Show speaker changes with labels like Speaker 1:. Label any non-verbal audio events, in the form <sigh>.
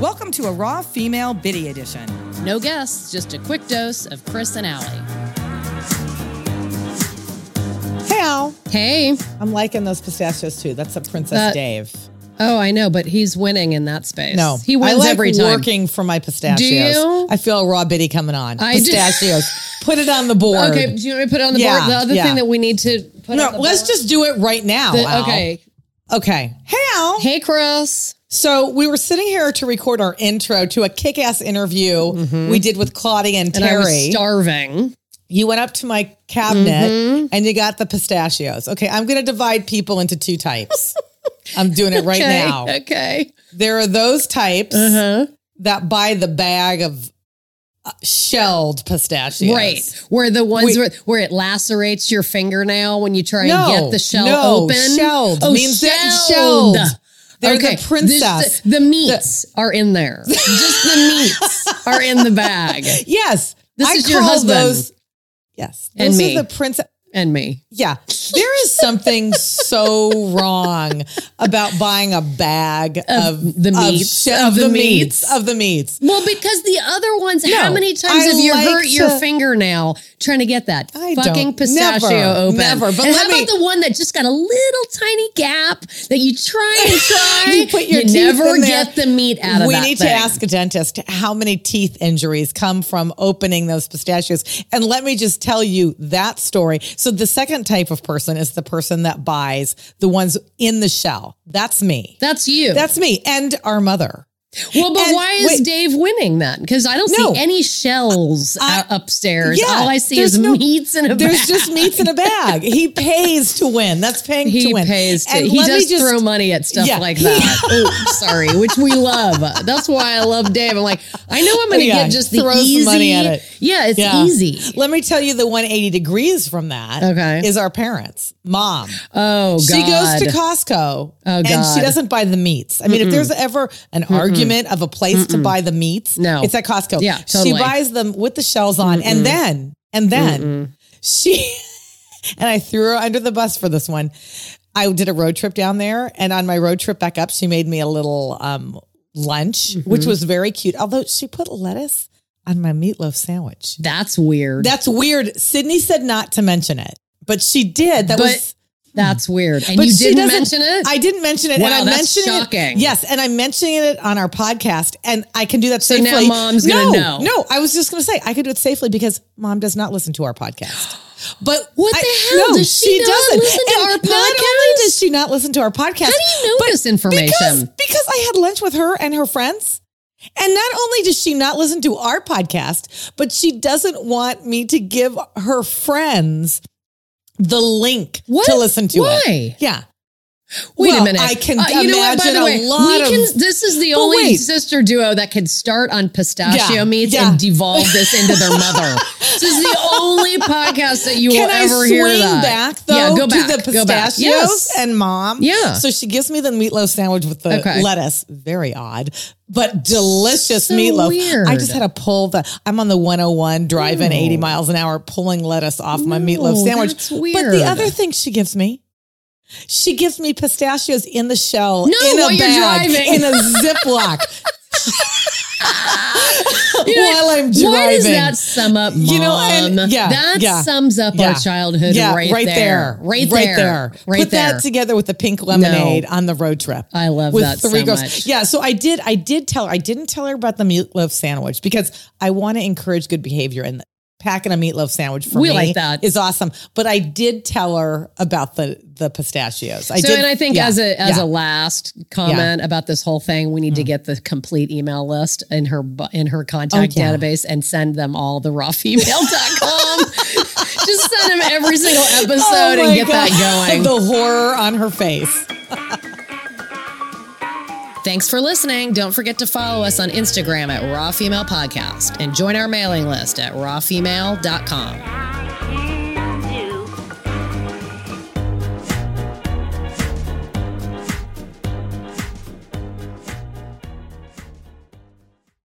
Speaker 1: Welcome to a Raw Female Biddy Edition.
Speaker 2: No guests, just a quick dose of Chris and Allie.
Speaker 3: Hey, Al.
Speaker 2: Hey.
Speaker 3: I'm liking those pistachios too. That's a Princess
Speaker 2: That-
Speaker 3: Dave.
Speaker 2: Oh, I know, but he's winning in that space.
Speaker 3: No,
Speaker 2: He wins
Speaker 3: I like
Speaker 2: every time.
Speaker 3: Working for my pistachios.
Speaker 2: Do you?
Speaker 3: I feel a raw bitty coming on.
Speaker 2: I do. <laughs>
Speaker 3: pistachios. Put it on the board.
Speaker 2: Okay, do you want me to put it on the
Speaker 3: Yeah,
Speaker 2: board? The other
Speaker 3: yeah.
Speaker 2: thing that we need to put
Speaker 3: No,
Speaker 2: on the
Speaker 3: let's just do it right now.
Speaker 2: board.
Speaker 3: Al.
Speaker 2: Okay.
Speaker 3: Okay. Hey, Al.
Speaker 2: Hey, Chris.
Speaker 3: So we were sitting here to record our intro to a kick-ass interview we did with Claudia and,
Speaker 2: Mm-hmm. And I
Speaker 3: Terry.
Speaker 2: was starving.
Speaker 3: you went up to my cabinet
Speaker 2: Mm-hmm.
Speaker 3: and you got the pistachios. Okay, I'm going to divide people into two
Speaker 2: <laughs>
Speaker 3: types. I'm doing it right
Speaker 2: okay.
Speaker 3: now.
Speaker 2: <laughs> Okay.
Speaker 3: There are those types
Speaker 2: Uh-huh.
Speaker 3: that buy the bag of uh, shelled pistachios.
Speaker 2: Right. Where the ones
Speaker 3: Wait.
Speaker 2: where, where it lacerates your fingernail when you try
Speaker 3: No,
Speaker 2: and get the shell
Speaker 3: no,
Speaker 2: open.
Speaker 3: shelled
Speaker 2: Oh,
Speaker 3: means
Speaker 2: shelled.
Speaker 3: that shelled. They're the
Speaker 2: This-
Speaker 3: princess.
Speaker 2: The, the meats are
Speaker 3: <laughs>
Speaker 2: in there. Just the meats are in the bag.
Speaker 3: Yes.
Speaker 2: This is your husband
Speaker 3: Yes. Those
Speaker 2: and
Speaker 3: are
Speaker 2: me.
Speaker 3: the princess.
Speaker 2: And me.
Speaker 3: Yeah. There is something so wrong about buying a bag of,
Speaker 2: the
Speaker 3: of
Speaker 2: meats,
Speaker 3: she-
Speaker 2: of
Speaker 3: of the
Speaker 2: the
Speaker 3: meats.
Speaker 2: meats.
Speaker 3: Of the meats.
Speaker 2: Well, because the other ones, how
Speaker 3: No,
Speaker 2: many times
Speaker 3: I
Speaker 2: have you
Speaker 3: like
Speaker 2: hurt your
Speaker 3: to-
Speaker 2: fingernail trying to get that
Speaker 3: I
Speaker 2: fucking
Speaker 3: don't-
Speaker 2: pistachio
Speaker 3: never,
Speaker 2: open?
Speaker 3: never, but
Speaker 2: and
Speaker 3: let
Speaker 2: how
Speaker 3: me-
Speaker 2: about the one that just got a little tiny gap that you try
Speaker 3: <laughs>
Speaker 2: and try?
Speaker 3: You put your
Speaker 2: you
Speaker 3: teeth
Speaker 2: never
Speaker 3: in there.
Speaker 2: get the meat out of
Speaker 3: we
Speaker 2: that
Speaker 3: need
Speaker 2: thing.
Speaker 3: to ask a dentist how many teeth injuries come from opening those pistachios. And let me just tell you that story. So the second type of person is the person that buys the ones in the shell. That's me.
Speaker 2: That's you.
Speaker 3: That's me and our
Speaker 2: <laughs>
Speaker 3: mother.
Speaker 2: well, but
Speaker 3: and
Speaker 2: why is
Speaker 3: wait.
Speaker 2: Dave winning then? Because I don't
Speaker 3: No.
Speaker 2: see any shells
Speaker 3: I-
Speaker 2: uh, upstairs.
Speaker 3: Yeah,
Speaker 2: All I see
Speaker 3: there's
Speaker 2: is
Speaker 3: no-
Speaker 2: meats and a
Speaker 3: There's
Speaker 2: <laughs> bag.
Speaker 3: just meats in a bag. He pays to win. That's paying
Speaker 2: He
Speaker 3: to win.
Speaker 2: pays to.
Speaker 3: And
Speaker 2: he
Speaker 3: let me
Speaker 2: does
Speaker 3: just-
Speaker 2: throw money at
Speaker 3: <laughs>
Speaker 2: stuff
Speaker 3: Yeah.
Speaker 2: like that. oh, sorry, which we love. That's why I love Dave. I'm like, I know I'm going to
Speaker 3: Yeah,
Speaker 2: get just the
Speaker 3: throw some
Speaker 2: easy
Speaker 3: money at it.
Speaker 2: Yeah, it's
Speaker 3: Yeah.
Speaker 2: easy.
Speaker 3: Let me tell you the 180 degrees from that
Speaker 2: Okay.
Speaker 3: is our parents. Mom.
Speaker 2: Oh God, Oh,
Speaker 3: She goes to Costco and
Speaker 2: God.
Speaker 3: she doesn't buy the meats. I mean, if there's ever an argument of a place to buy the meats,
Speaker 2: No.
Speaker 3: it's at Costco.
Speaker 2: Yeah,
Speaker 3: she
Speaker 2: totally.
Speaker 3: buys them with the shells on, and then and then she <laughs> and I threw her under the bus for this one. I did a road trip down there, and on my road trip back up, she made me a little um, lunch,
Speaker 2: Mm-hmm.
Speaker 3: which was very cute. Although she put lettuce on my meatloaf sandwich.
Speaker 2: That's weird.
Speaker 3: That's weird. Sydney said not to mention it, but she did. That
Speaker 2: But-
Speaker 3: was
Speaker 2: That's weird. And
Speaker 3: but
Speaker 2: you
Speaker 3: she
Speaker 2: didn't
Speaker 3: doesn't-
Speaker 2: mention it.
Speaker 3: I didn't mention it.
Speaker 2: Wow,
Speaker 3: and I
Speaker 2: that's
Speaker 3: mentioned
Speaker 2: shocking.
Speaker 3: It, yes, and I'm mentioning it on our podcast, and I can do that
Speaker 2: So now
Speaker 3: safely.
Speaker 2: mom's gonna
Speaker 3: No,
Speaker 2: know.
Speaker 3: No, I was just gonna say I could do it safely because mom does not listen to our
Speaker 2: <gasps>
Speaker 3: podcast. But
Speaker 2: What
Speaker 3: I-
Speaker 2: the hell? Does she not listen to
Speaker 3: And
Speaker 2: our
Speaker 3: Not only does she not listen to our podcast,
Speaker 2: How do you know this information?
Speaker 3: Because, because I had lunch with her and her friends. And not only does she not listen to our podcast, but she doesn't want me to give her friends the link
Speaker 2: What?
Speaker 3: to listen to it.
Speaker 2: Why?
Speaker 3: Yeah.
Speaker 2: Wait
Speaker 3: Well,
Speaker 2: a minute. Uh,
Speaker 3: I can
Speaker 2: you know what? By
Speaker 3: imagine
Speaker 2: the
Speaker 3: a
Speaker 2: way,
Speaker 3: lot
Speaker 2: we
Speaker 3: of-
Speaker 2: can, this is the
Speaker 3: But
Speaker 2: only
Speaker 3: wait.
Speaker 2: sister duo that can start on pistachio
Speaker 3: Yeah,
Speaker 2: meats
Speaker 3: yeah.
Speaker 2: and devolve this into
Speaker 3: <laughs>
Speaker 2: their mother. this is the only podcast that you
Speaker 3: Can
Speaker 2: will
Speaker 3: I
Speaker 2: ever
Speaker 3: swing
Speaker 2: hear that.
Speaker 3: back though
Speaker 2: yeah, go back.
Speaker 3: to the
Speaker 2: go back.
Speaker 3: pistachios
Speaker 2: Yes.
Speaker 3: and mom?
Speaker 2: Yeah.
Speaker 3: So she gives me the meatloaf sandwich with the
Speaker 2: Okay.
Speaker 3: lettuce. Very odd, but delicious
Speaker 2: So
Speaker 3: meatloaf. I
Speaker 2: weird.
Speaker 3: just had to pull the. I'm on the 101 driving 80 miles an hour, pulling lettuce off my meatloaf sandwich.
Speaker 2: that's
Speaker 3: But
Speaker 2: weird.
Speaker 3: the other thing she gives me. She gives me pistachios in the shell
Speaker 2: No,
Speaker 3: in a
Speaker 2: while you're
Speaker 3: bag
Speaker 2: driving.
Speaker 3: in a Ziploc
Speaker 2: <laughs>
Speaker 3: while I'm driving.
Speaker 2: Why does that sum up, mom?
Speaker 3: You know, and- yeah,
Speaker 2: that
Speaker 3: yeah,
Speaker 2: sums up
Speaker 3: yeah.
Speaker 2: our childhood right, there. Right there. Right
Speaker 3: Put
Speaker 2: there.
Speaker 3: that together with the pink lemonade on the road trip.
Speaker 2: I love
Speaker 3: with
Speaker 2: that so much.
Speaker 3: Yeah, so I did. I did tell her. I didn't tell her about the meatloaf sandwich because I want to encourage good behavior and. Packing a meatloaf sandwich for
Speaker 2: We
Speaker 3: me
Speaker 2: like that.
Speaker 3: is awesome, but I did tell her about the the pistachios. I
Speaker 2: so,
Speaker 3: did,
Speaker 2: and I think
Speaker 3: yeah,
Speaker 2: as a as
Speaker 3: yeah. Mm.
Speaker 2: a last comment about this whole thing, we need to get the complete email list in her bu- in her contact
Speaker 3: Oh, yeah.
Speaker 2: database and send them all the rawfemale.com.
Speaker 3: <laughs>
Speaker 2: Just send them every single episode
Speaker 3: Oh
Speaker 2: and
Speaker 3: my
Speaker 2: get that
Speaker 3: God. <laughs>
Speaker 2: going.
Speaker 3: the horror on her face.
Speaker 2: Thanks for listening. Don't forget to follow us on Instagram at Raw Female Podcast and join our mailing list at rawfemale.com.